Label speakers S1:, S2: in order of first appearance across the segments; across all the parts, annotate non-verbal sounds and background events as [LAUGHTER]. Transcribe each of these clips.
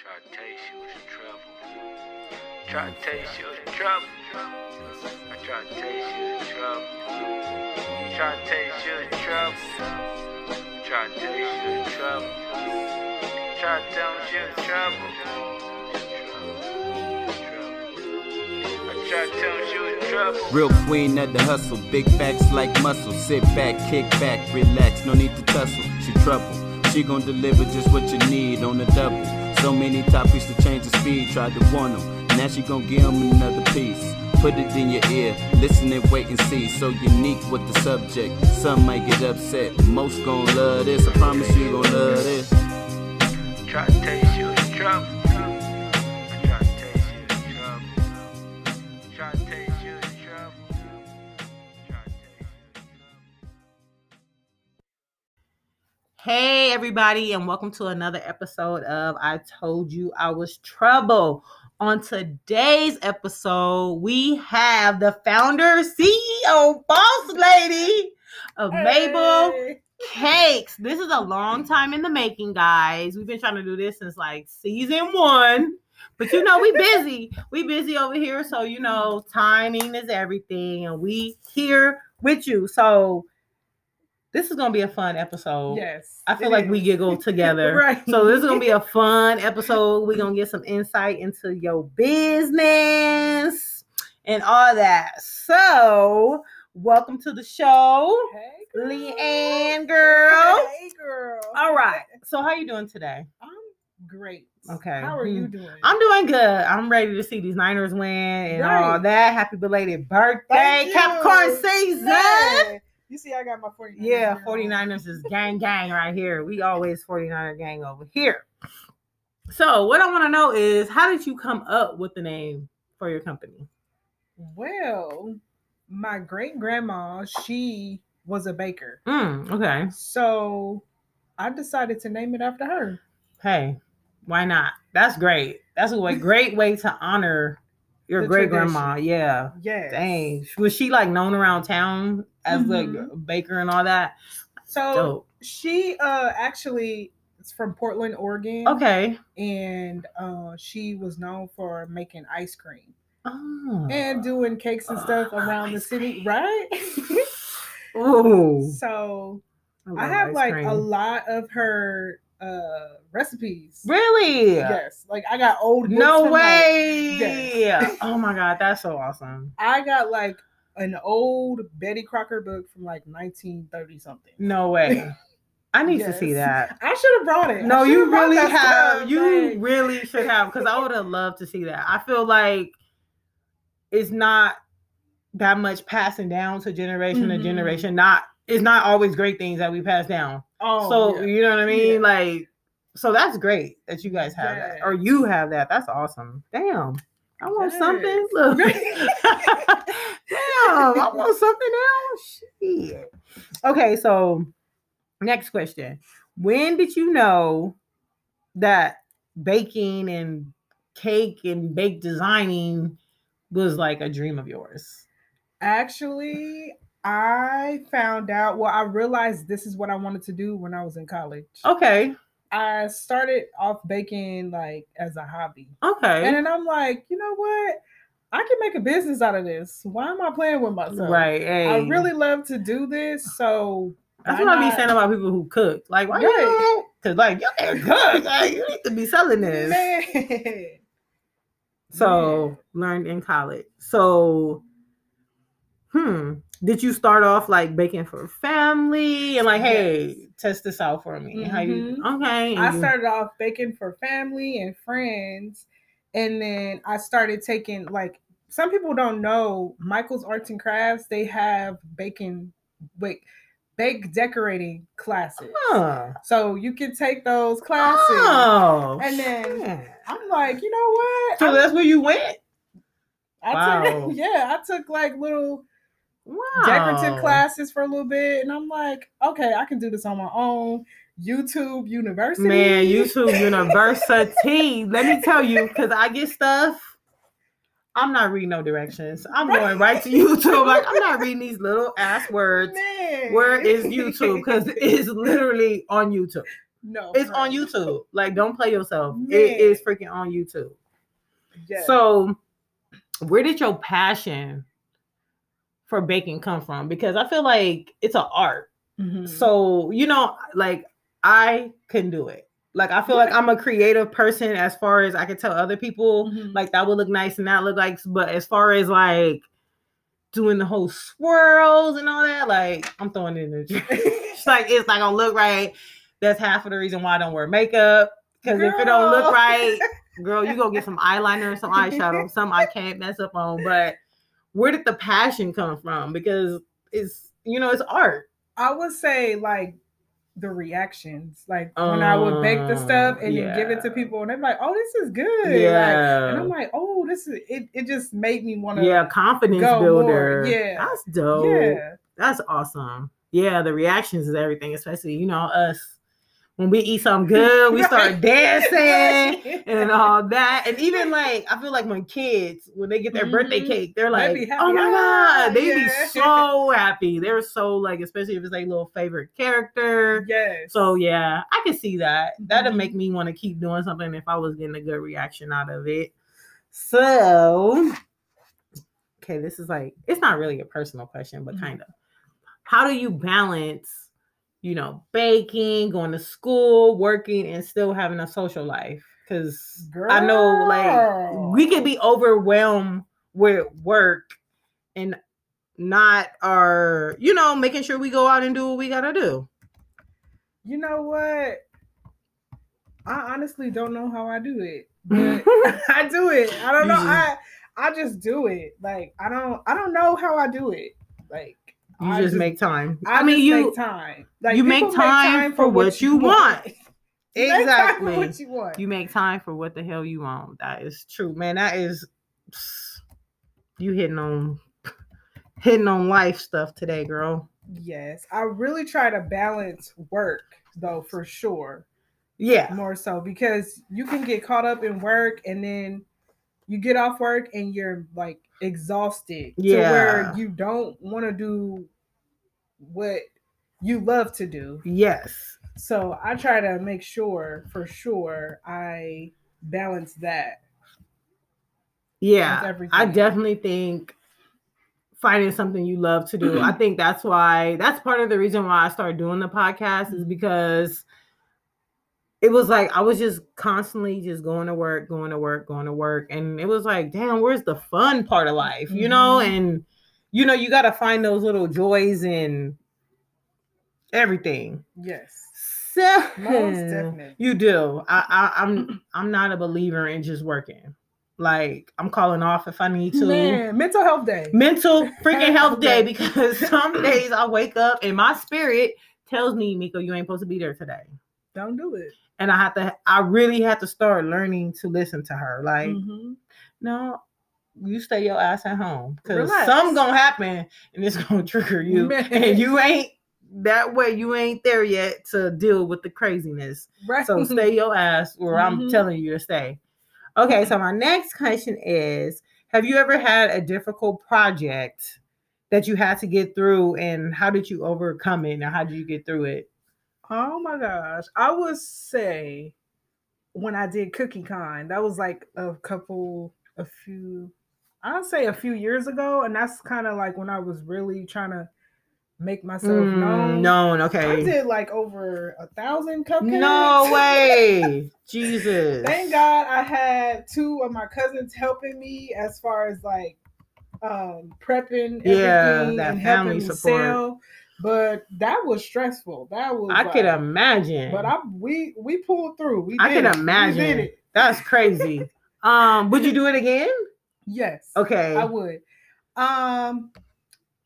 S1: Try to taste you in trouble. Try to taste you in trouble. I try to taste you in trouble. Try to taste you in trouble. Try to taste you in trouble. Try to tell me you in trouble. I try to tell you in trouble.
S2: Real queen of the hustle, big facts like muscle. Sit back, kick back, relax, no need to tussle. She trouble, she gon' deliver just what you need on the double. So many topics to change the speed, tried to warn 'em. Now she gon' give 'em another piece. Put it in your ear, listen and wait and see. So unique with the subject, some might get upset. Most gon' love this, I promise you gon' love this.
S1: Try to taste you in trouble. I try to taste you in trouble. Try to taste you in trouble. Try to taste you in trouble.
S3: Hey, everybody, and welcome to another episode of I Told You I Was Trouble. On today's episode, we have the founder, CEO, boss lady of Mabel Cakes. This is a long time in the making, guys. We've been trying to do this since like season one. But you know, we busy. we busy over here. So, you know, timing is everything. And we here with you. So this is gonna be a fun episode.
S4: Yes.
S3: I feel
S4: it
S3: like we
S4: is. [LAUGHS]
S3: giggle together.
S4: Right.
S3: So this is gonna be a fun episode. We're gonna get some insight into your business and all that. So welcome to the show,
S4: Hey, girl.
S3: Leanne girl.
S4: Hey, girl.
S3: All right. So how you doing today?
S4: I'm great.
S3: Okay.
S4: How are you
S3: Hmm.
S4: doing?
S3: I'm doing good. I'm ready to see these Niners win and all
S4: Right.
S3: that. Happy belated birthday,
S4: Thank you.
S3: Capricorn season.
S4: Yeah. You see, I got my 49. [LAUGHS]
S3: Yeah, 49ers is gang gang right here. We always 49er gang over here. So, what I want to know is how did you come up with the name for your company?
S4: Well, my great grandma, she was a baker.
S3: Mm, okay.
S4: So I decided to name it after her.
S3: Hey, why not? That's great. That's a way, great way to honor your
S4: The
S3: great grandma. Yeah.
S4: Yes.
S3: Dang. Was she like known around town as a
S4: Mhm.
S3: baker and all that?
S4: So
S3: Dope.
S4: she uh actually is from Portland, Oregon.
S3: Okay.
S4: And uh she was known for making ice cream.
S3: Oh.
S4: and doing cakes and stuff
S3: Uh,
S4: around the
S3: ice
S4: city,
S3: cream. [LAUGHS]
S4: right? [LAUGHS]
S3: Ooh.
S4: so I
S3: love
S4: have
S3: ice
S4: like
S3: cream.
S4: a lot of her uh recipes.
S3: Really?
S4: Yes, like I got old. books
S3: No
S4: from, like-
S3: way.
S4: Yes.
S3: [LAUGHS] oh my God, that's so awesome.
S4: I got like an old Betty Crocker book from like 1930 something.
S3: No way. I need to see
S4: Yes.
S3: that.
S4: I should have brought it. [LAUGHS] I
S3: No,
S4: should
S3: you
S4: brought
S3: really
S4: that
S3: have.
S4: stuff,
S3: you
S4: like-
S3: really should have because I would have loved to see that. I feel like it's not that much passing down to generation to
S4: Mhm.
S3: generation. Not it's not always great things that we pass down.
S4: Oh,
S3: so
S4: yeah.
S3: you know what I mean?
S4: Yeah.
S3: Like, so that's great that you guys have that or
S4: Yes.
S3: you have that. That's awesome. Damn. I want something.
S4: Yes.
S3: Look. [LAUGHS] Damn, I want something else. Shit. Okay, so next question. When did you know that baking and cake and bake designing was like a dream of yours?
S4: actually, I found out. Well, I realized this is what I wanted to do when I was in college.
S3: Okay.
S4: I started off baking like as a hobby.
S3: Okay.
S4: And then I'm like, you know what? I can make a business out of this. Why am I playing with myself?
S3: right. Hey.
S4: I really love to do this.
S3: [LAUGHS]
S4: So
S3: That's
S4: why
S3: what I be
S4: not?
S3: saying about people who cook. Like, why you
S4: Right.
S3: don't? Cause like you can cook. Like, you need to be selling this.
S4: Man. [LAUGHS]
S3: so learned in college. So, hmm, did you start off like baking for family and like, hey,
S4: Yes. Mm-hmm.
S3: test this out for me? How you? Okay. and
S4: I
S3: you-
S4: started off baking for family and friends. And then I started taking like some people don't know Michael's Arts and Crafts, they have baking wait bake decorating classes.
S3: Huh.
S4: So you can take those classes.
S3: Oh.
S4: And then-
S3: shit.
S4: I'm like, you know what?
S3: So that's where you went.
S4: I
S3: Wow.
S4: took [LAUGHS] yeah, I took like little
S3: Wow.
S4: decorative classes for a little bit, and I'm like, okay, I can do this on my own. YouTube University,
S3: Man,
S4: [LAUGHS]
S3: YouTube University. Let me tell you, because I get stuff. I'm not reading no directions. I'm going right to YouTube. Like I'm not reading these little ass words.
S4: Man. [LAUGHS]
S3: Where is YouTube? Because it's literally on YouTube.
S4: No,
S3: It's
S4: right.
S3: on YouTube. Like, don't play yourself.
S4: Man.
S3: It is freaking on YouTube.
S4: Yes.
S3: So, where did your passion for baking come from? Because I feel like it's an art.
S4: Mhm.
S3: So, you know, like I can do it. Like I feel like I'm a creative person as far as I can tell other people
S4: Mhm.
S3: like that would look nice and that look like but as far as like doing the whole swirls and all that, like I'm throwing it in the trash. [LAUGHS] like it's not gonna look right. That's half of the reason why I don't wear makeup. Cause if it don't
S4: Girl.
S3: look right, girl, you go get some eyeliner and some eyeshadow, some I can't mess up on. But where did the passion come from? Because it's you know, it's art.
S4: I would say like the reactions, like when I would bake the stuff
S3: Um,
S4: and then give it to
S3: yeah.
S4: people, and they're like, "Oh, this is good." like,
S3: Yeah.
S4: and I'm like, "Oh, this is." It, it just made me want to.
S3: Yeah, confidence
S4: go more,
S3: builder.
S4: yeah.
S3: That's dope.
S4: Yeah.
S3: That's awesome. Yeah, the reactions is everything, especially, you know, us. When we eat something good,
S4: [LAUGHS]
S3: we start
S4: Right.
S3: dancing and all that. And even like, I feel like when kids, when they get their birthday
S4: Mhm.
S3: cake, they're
S4: They
S3: like,
S4: be
S3: oh
S4: happy.
S3: my
S4: Ah,
S3: God, they
S4: yeah.
S3: be so happy. They're so like, especially if it's like little favorite character.
S4: [LAUGHS] yes.
S3: So yeah, I can see that. That'll
S4: Mhm.
S3: make me want to keep doing something if I was getting a good reaction out of it. So, okay, this is like it's not really a personal question, but
S4: Mhm.
S3: kind of. How do you balance, you know, baking, going to school, working, and still having a social life? Because I know,
S4: Girl.
S3: like, we could be overwhelmed with work and not our, you know, making sure we go out and do what we gotta do.
S4: you know what? I honestly don't know how I
S3: [LAUGHS]
S4: do it, but [LAUGHS] I do it. I don't know.
S3: You
S4: I I just do it. Like I don't I don't know how I do it. Like
S3: You
S4: I
S3: just, make time.
S4: I,
S3: I, mean,
S4: just
S3: you
S4: make time. Like
S3: you
S4: people
S3: make time for what you want.
S4: You [LAUGHS] make time for
S3: exactly.
S4: what you want.
S3: You make time for what the hell you want. That is true, man. That is [SNIFFS] you hitting on [LAUGHS] hitting on life stuff today, girl.
S4: yes, I really try to balance work though for sure.
S3: Yeah,
S4: more so because you can get caught up in work and then you get off work and you're like exhausted to where
S3: Yeah.
S4: you don't want to do what you love to do.
S3: yes,
S4: So I try to make sure for sure I balance that.
S3: yeah.
S4: everything.
S3: I definitely think finding something you love to do. I think that's why that's part of the reason why I started doing the podcast is because it was like I was just constantly just going to work, going to work, going to work. And it was like, damn, where's the fun part of life? You know?
S4: Mhm.
S3: And you know, you gotta find those little joys in everything.
S4: Yes.
S3: So
S4: Most definitely.
S3: you do. I, I I'm I'm not a believer in just working. Like I'm calling off if I need to
S4: Man, mental health day.
S3: mental freaking health day
S4: [LAUGHS] Okay.
S3: because [LAUGHS] some days I wake up and my spirit tells me, Miko, you ain't supposed to be there today.
S4: Don't do it.
S3: And I have to, I really have to start learning to listen to her. Like,
S4: Mhm.
S3: no, you stay your ass at home because
S4: Relax.
S3: something gonna happen and it's gonna [LAUGHS] trigger you.
S4: Man.
S3: And you ain't that way, you ain't there yet to deal with the craziness.
S4: Right.
S3: So stay your ass where I'm
S4: Mhm.
S3: telling you to stay. Okay, so my next question is Have you ever had a difficult project that you had to get through, and how did you overcome it, and how did you get through it?
S4: Oh my gosh. I would say when I did Cookie Con, that was like a couple, a few, I'll say a few years ago. And that's kind of like when I was really trying to make myself
S3: Mm,
S4: known.
S3: known,
S4: I
S3: okay.
S4: did like over a thousand cupcakes.
S3: No way. Jesus.
S4: [LAUGHS] Thank God I had two of my cousins helping me as far as like um prepping
S3: Yeah,
S4: everything
S3: that family
S4: and helping me
S3: support.
S4: sell. But that was stressful. That was
S3: I could
S4: like-
S3: imagine.
S4: but I we we pulled through. We
S3: Mm. I
S4: did
S3: can
S4: it. We did
S3: imagine.
S4: it.
S3: That's
S4: [LAUGHS]
S3: crazy. um, would you do it again?
S4: Yes.
S3: Okay.
S4: I would. Um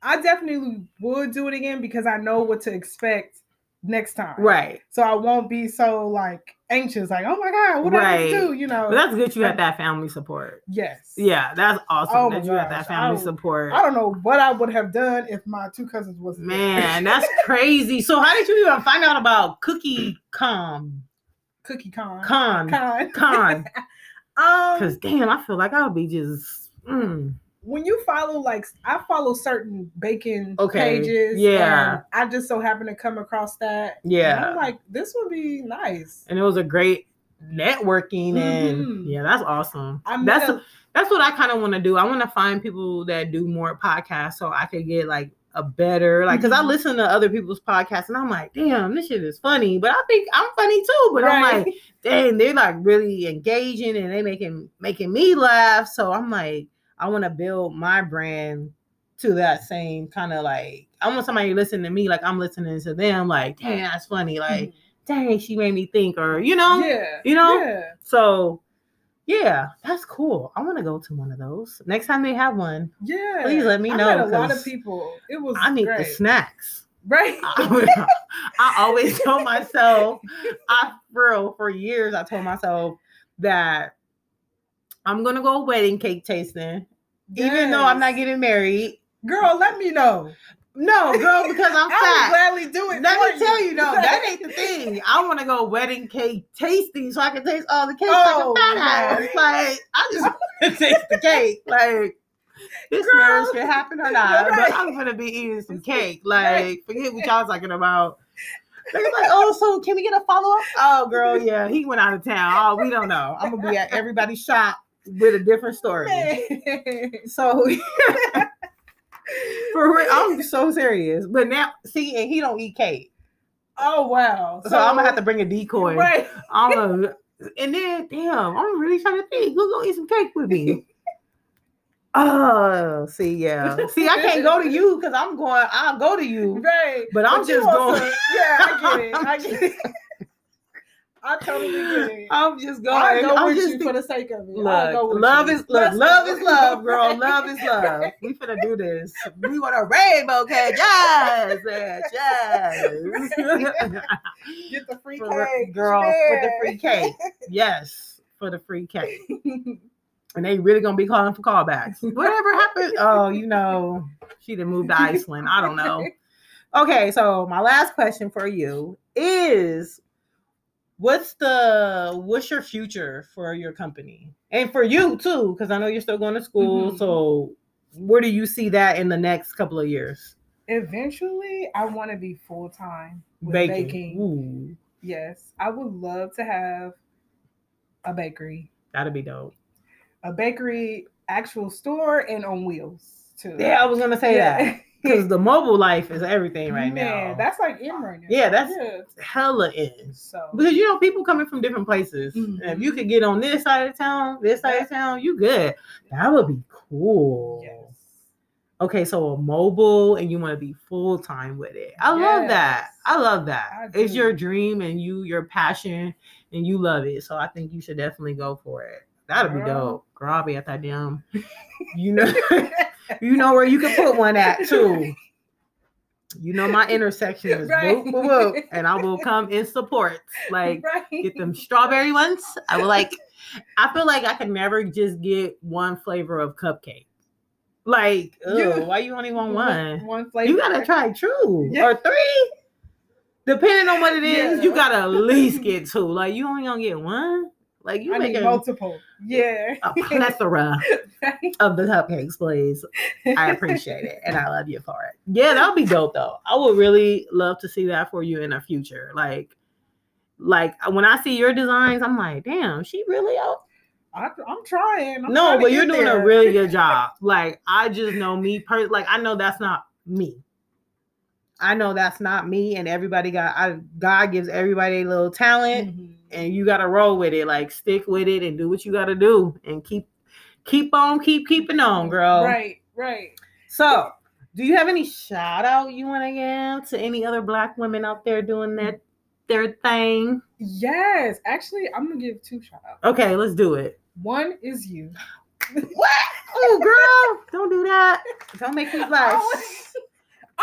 S4: I definitely would do it again because I know what to expect next time.
S3: Right.
S4: So I won't be so like anxious, like, oh my God, what do I
S3: Right.
S4: have to do? You know.
S3: But that's good you had that family support.
S4: yes.
S3: Yeah, that's awesome
S4: Oh
S3: that
S4: my
S3: you had that
S4: gosh,
S3: family
S4: I-
S3: support.
S4: I don't know what I would have done if my two cousins wasn't there.
S3: Man, that's crazy. So how did you even find out about Cookie Con?
S4: [LAUGHS] Cookie con.
S3: Con.
S4: Con.
S3: Con.
S4: [LAUGHS] Um
S3: Because damn, I feel like I'll be just mm.
S4: when you follow like I follow certain bacon
S3: Okay,
S4: pages.
S3: yeah.
S4: and I just so happen to come across that. and
S3: Yeah.
S4: I'm like, this would be nice.
S3: and it was a great networking
S4: Mhm.
S3: and yeah that's awesome
S4: I met
S3: that's
S4: a-
S3: that's what i kind of want to do i want to find people that do more podcasts so i could get like a better like because i
S4: Mhm.
S3: listen to other people's podcasts and i'm like damn this shit is funny but i think i'm funny too but i'm
S4: [LAUGHS]
S3: like dang, they're like really engaging and they making making me laugh. So I'm like, I want to build my brand to that same kind of like I want somebody to listen to me like I'm listening to them. Like, dang, that's funny. Like, dang, she made me think, or you know.
S4: Mm-hmm. yeah,
S3: Um, you know?
S4: yeah.
S3: So, yeah, that's cool. I want to go to one of those next time they have one.
S4: Yeah.
S3: Please let me
S4: I
S3: know,
S4: met a lot
S3: 'cause
S4: of people. It was
S3: I need
S4: great.
S3: the snacks.
S4: Right.
S3: I, I always told myself, I for real, for years, I told myself that I'm gonna go wedding cake tasting, [LAUGHS] even though I'm not
S4: Yes.
S3: getting married.
S4: Girl, let me know.
S3: No, girl, because I'm
S4: [LAUGHS] I would
S3: fat.
S4: gladly do it.
S3: Let
S4: for
S3: me tell you, no, that
S4: [LAUGHS]
S3: ain't the thing. I want to go wedding cake tasting so I can taste all the cake
S4: Oh,
S3: like a fat ass.
S4: Lord.
S3: Like I just want to taste the cake. Like this
S4: Girl.
S3: marriage can happen or not,
S4: Right.
S3: but I'm gonna be eating some
S4: It's
S3: cake.
S4: right.
S3: Like forget what y'all talking about. They was like, oh, so can we get a follow up? Oh, girl, yeah, he went out of town. Oh, we don't know. I'm gonna be at everybody's shop with a different story. So [LAUGHS] for real, I'm so serious. But now, see, and he don't eat cake,
S4: [LAUGHS] oh wow.
S3: so, I'm gonna have to bring a decoy.
S4: Right.
S3: I'm gonna, and then damn, I'm really trying to think who's gonna eat some cake with me. Oh, see, yeah, see, I can't go to you because I'm going. I'll go to you,
S4: Right.
S3: but I'm
S4: you
S3: just
S4: also-
S3: going.
S4: yeah, I get it. I
S3: [LAUGHS]
S4: get it. I totally get it.
S3: I'm just going.
S4: I'll go
S3: I'm
S4: with
S3: just
S4: you
S3: think-
S4: for the sake of it. I'll go
S3: Look,
S4: with
S3: love
S4: you.
S3: is look,
S4: Let's
S3: love
S4: go.
S3: is love, girl. Love is love. We finna do this. We want a rainbow cake. Yes, yes,
S4: [LAUGHS]
S3: yes.
S4: [LAUGHS] Get the free
S3: For re-
S4: cake.
S3: girl, with the
S4: Yeah.
S3: free cake. Yes, for the free cake. And they really gonna be calling for
S4: [LAUGHS]
S3: callbacks. Whatever happened? Oh, you know, she done moved to Iceland. I don't
S4: [LAUGHS]
S3: know. Okay, so my last question for you is what's the what's your future for your company and for you too because i know you're still going to school
S4: Mhm.
S3: so where do you see that in the next couple of years
S4: [LAUGHS] Eventually, I want to be full time with baking.
S3: Ooh,
S4: Yes, I would love to have a bakery,
S3: that'd be dope
S4: a bakery actual store, and on wheels too.
S3: yeah i was gonna say that
S4: Yeah.
S3: because the mobile life is
S4: [LAUGHS]
S3: everything right
S4: Man,
S3: now
S4: that's like in right now.
S3: Yeah, that's-
S4: Yeah.
S3: hella is
S4: so.
S3: because you know people coming from different places and if
S4: Mm-hmm.
S3: you could get on this side of town this side of town you good that would be cool
S4: Yes.
S3: Okay, so a mobile and you want to be full time with it. I love that.
S4: Yes.
S3: I love that.
S4: I
S3: it's
S4: do.
S3: your dream and you your passion and you love it. So I think you should definitely go for it. That'd be
S4: Girl.
S3: dope. Girl, I'll be at that
S4: [LAUGHS]
S3: damn. You know, [LAUGHS] you know where you can put one at too. You know my intersection is
S4: [LAUGHS] Right.
S3: whoop, whoop, whoop, and I will come in
S4: [LAUGHS]
S3: support. Like
S4: right.
S3: get them strawberry ones. I would like. I feel like I could never just get one flavor of cupcake. Like,
S4: You-
S3: ew, why you only want one?
S4: One flavor.
S3: You gotta try two
S4: Yeah.
S3: or three, depending on what it is. You
S4: Yeah.
S3: gotta at least get two. Like, you only gonna get one. Like, you
S4: I need
S3: making
S4: multiple. Yeah.
S3: a plethora
S4: Right.
S3: of the cupcakes, please. I appreciate it and I love you for it. Yeah, that'll be dope though. I would really love to see that for you in the future. Like, like uh, when I see your designs, I'm like, damn, she really out.
S4: [LAUGHS] I, I'm trying. I'm
S3: no,
S4: trying to
S3: but you're
S4: get
S3: doing
S4: there.
S3: a really good job. Like, I just know me per like I know that's not me. I know that's not me, and everybody got I God gives everybody a little talent
S4: Mhm.
S3: and you gotta roll with it. Like stick with it and do what you gotta do and keep keep on, keep keeping on, girl.
S4: Right, right.
S3: So, do you have any shout out you want to give to any other black women out there doing that their thing?
S4: Yes. Actually, I'm gonna give two shout outs.
S3: Okay, let's do it.
S4: One is
S3: [LAUGHS]
S4: you.
S3: What? Oh, girl, don't do that. Don't make me blush.
S4: I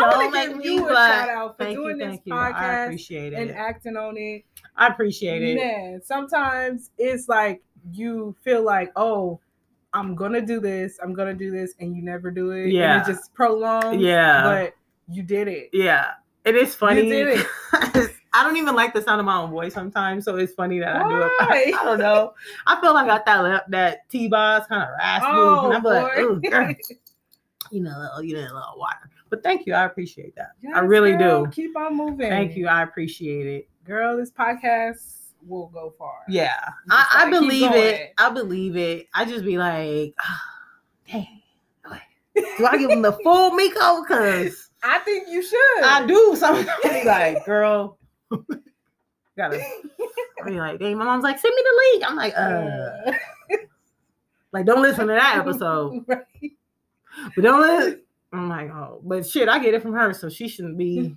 S3: [LAUGHS] Don't
S4: want
S3: make
S4: to Oh, give
S3: me
S4: you a
S3: blush.
S4: shout out for
S3: Thank you,
S4: doing this
S3: thank you. I
S4: podcast
S3: appreciate
S4: and
S3: it.
S4: acting on it.
S3: I appreciate it.
S4: Man, sometimes it's like you feel like, oh, I'm gonna do this, I'm gonna do this, and you never do it. and
S3: Yeah.
S4: it just prolongs.
S3: Yeah.
S4: but you did it.
S3: yeah. It is funny.
S4: did it.
S3: I [LAUGHS] I don't even like the sound of my own voice sometimes, so it's funny that I do it. [LAUGHS]
S4: Why?
S3: I don't know. I feel like I got that that T boss kind of raspy,
S4: Oh,
S3: and I'm like,
S4: boy.
S3: "Ooh, girl,
S4: [LAUGHS]
S3: you know, a little- you know, a little water. But thank you, I appreciate that. I
S4: Yes,
S3: really
S4: girl,
S3: do.
S4: Keep on moving.
S3: Thank you, I appreciate it.
S4: girl. This podcast will go far.
S3: Yeah,
S4: You just
S3: I, I
S4: gotta keep
S3: believe
S4: going.
S3: it. I believe it. I just be like, [SIGHS] "Ah, dang, boy. do I give
S4: [LAUGHS]
S3: him the full Miko? Cause
S4: I think you should.
S3: I do sometimes. Be like,
S4: [LAUGHS]
S3: girl, gotta. I be like, dang. My mom's like, send me the link. I'm like, uh, like don't listen to that episode.
S4: [LAUGHS] Right.
S3: But don't listen. I'm like, oh, but shit, I get it from her, so she shouldn't
S4: [LAUGHS]
S3: be.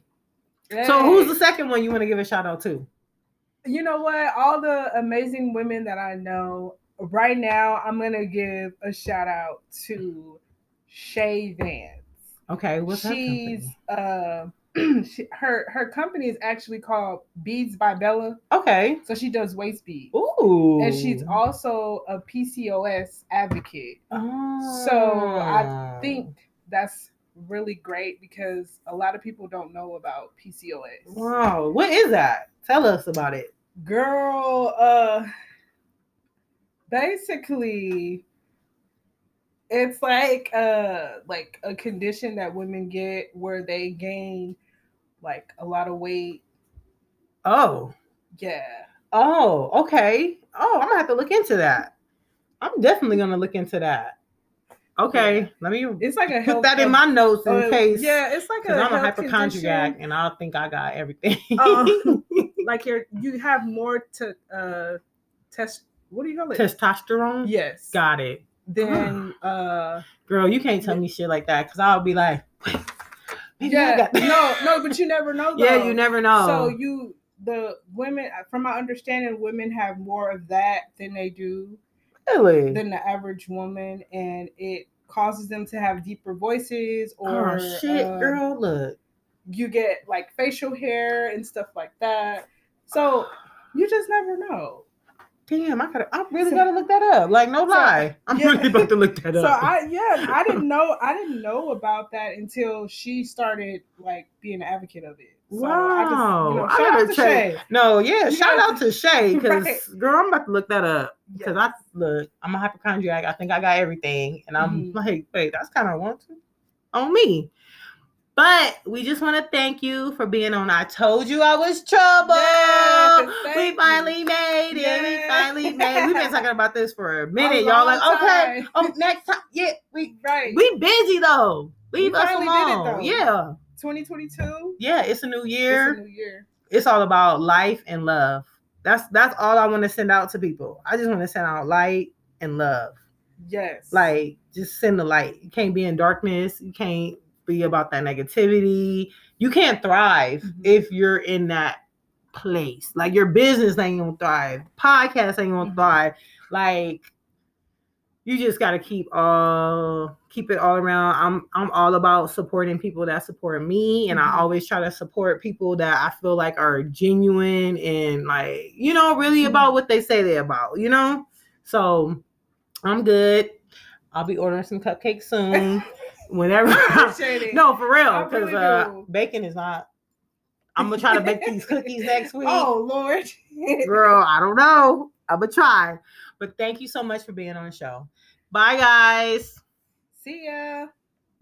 S3: So who's the second one you want to give a shout out to?
S4: you know what? All the amazing women that I know right now, I'm gonna give a shout out to Shay Vance.
S3: Okay, what's her
S4: She's
S3: company?
S4: uh, [CLEARS THROAT] she, her her company is actually called Beads by Bella,
S3: Okay.
S4: so she does waist beads,
S3: Ooh.
S4: and she's also a PCOS advocate.
S3: So
S4: I think that's really great because a lot of people don't know about PCOS.
S3: Ah. Wow, what is that? Tell us about it.
S4: girl uh basically it's like uh like a condition that women get where they gain like a lot of weight
S3: Oh,
S4: yeah
S3: oh, okay. Oh, I'm gonna have to look into that. I'm definitely gonna look into that. Okay, let me
S4: it's like a
S3: put that in my notes in
S4: uh,
S3: case.
S4: yeah it's like a,
S3: Because I'm a
S4: health
S3: hypochondriac
S4: condition.
S3: and I think I got
S4: [LAUGHS]
S3: everything.
S4: Oh. like you're you have more to uh test what do you call it
S3: [LAUGHS] Testosterone?
S4: yes
S3: Got it.
S4: then uh
S3: Girl, you can't tell me shit like that because I'll be like, maybe I
S4: yeah
S3: got-
S4: no no but you never know
S3: [LAUGHS]
S4: though.
S3: yeah, you never know.
S4: So you the women from my understanding women have more of that than they do
S3: really?
S4: than the average woman and it causes them to have deeper voices or
S3: oh, shit,
S4: um,
S3: girl, look.
S4: you get like facial hair and stuff like that. So you just never know.
S3: Damn, I gotta, I really
S4: So-
S3: gotta look that up. Like, no
S4: So-
S3: lie, I'm
S4: yeah.
S3: really about to look that
S4: So
S3: up.
S4: I yeah, I didn't know I didn't know about that until she started like being an advocate of it. So
S3: Wow, I
S4: I just you know, shout
S3: gotta
S4: out to
S3: check.
S4: Shay.
S3: no, yeah,
S4: You
S3: shout
S4: gotta-
S3: out to Shay because
S4: [LAUGHS] Right.
S3: girl, I'm about to look that up because
S4: Yes.
S3: I look, I'm a hypochondriac. I think I got everything, and I'm
S4: Mhm.
S3: like, wait, that's kind of wanted on me. But we just want to thank you for being on. I told you I was trouble.
S4: Yes,
S3: we
S4: thank you.
S3: finally made it. We
S4: Yes.
S3: finally made. We've been talking about this for a minute,
S4: [LAUGHS] A
S3: y'all.
S4: long
S3: Like, okay,
S4: time.
S3: um, next time, yeah, we
S4: Right.
S3: We busy though. Leave
S4: We
S3: us
S4: finally did it,
S3: alone.
S4: though.
S3: Yeah.
S4: 2022
S3: Yeah, it's a new year.
S4: It's
S3: It's,
S4: a new year.
S3: all about life and love. That's that's all I want to send out to people. I just want to send out light and love.
S4: Yes.
S3: Like just send the light. You can't be in darkness. You can't be about that negativity. You can't thrive
S4: Mhm.
S3: if you're in that place. Like your business ain't gonna thrive. Podcast ain't gonna
S4: Mhm.
S3: thrive. Like you just gotta keep all keep it all around. I'm I'm all about supporting people that support me, and
S4: Mhm.
S3: I always try to support people that I feel like are genuine and like you know really
S4: Mhm.
S3: about what they say they're about. You know, so I'm good. I'll be ordering some cupcakes
S4: [LAUGHS]
S3: soon. Whenever
S4: I [LAUGHS] appreciate
S3: [LAUGHS]
S4: it.
S3: no, for real,
S4: I
S3: because
S4: really
S3: uh,
S4: do.
S3: bacon is not. I'm gonna try to bake these
S4: [LAUGHS]
S3: cookies next week,
S4: Oh Lord.
S3: girl. I don't know. I'm gonna try, but thank you so much for being on the show. Bye, guys.
S4: [LAUGHS] See ya.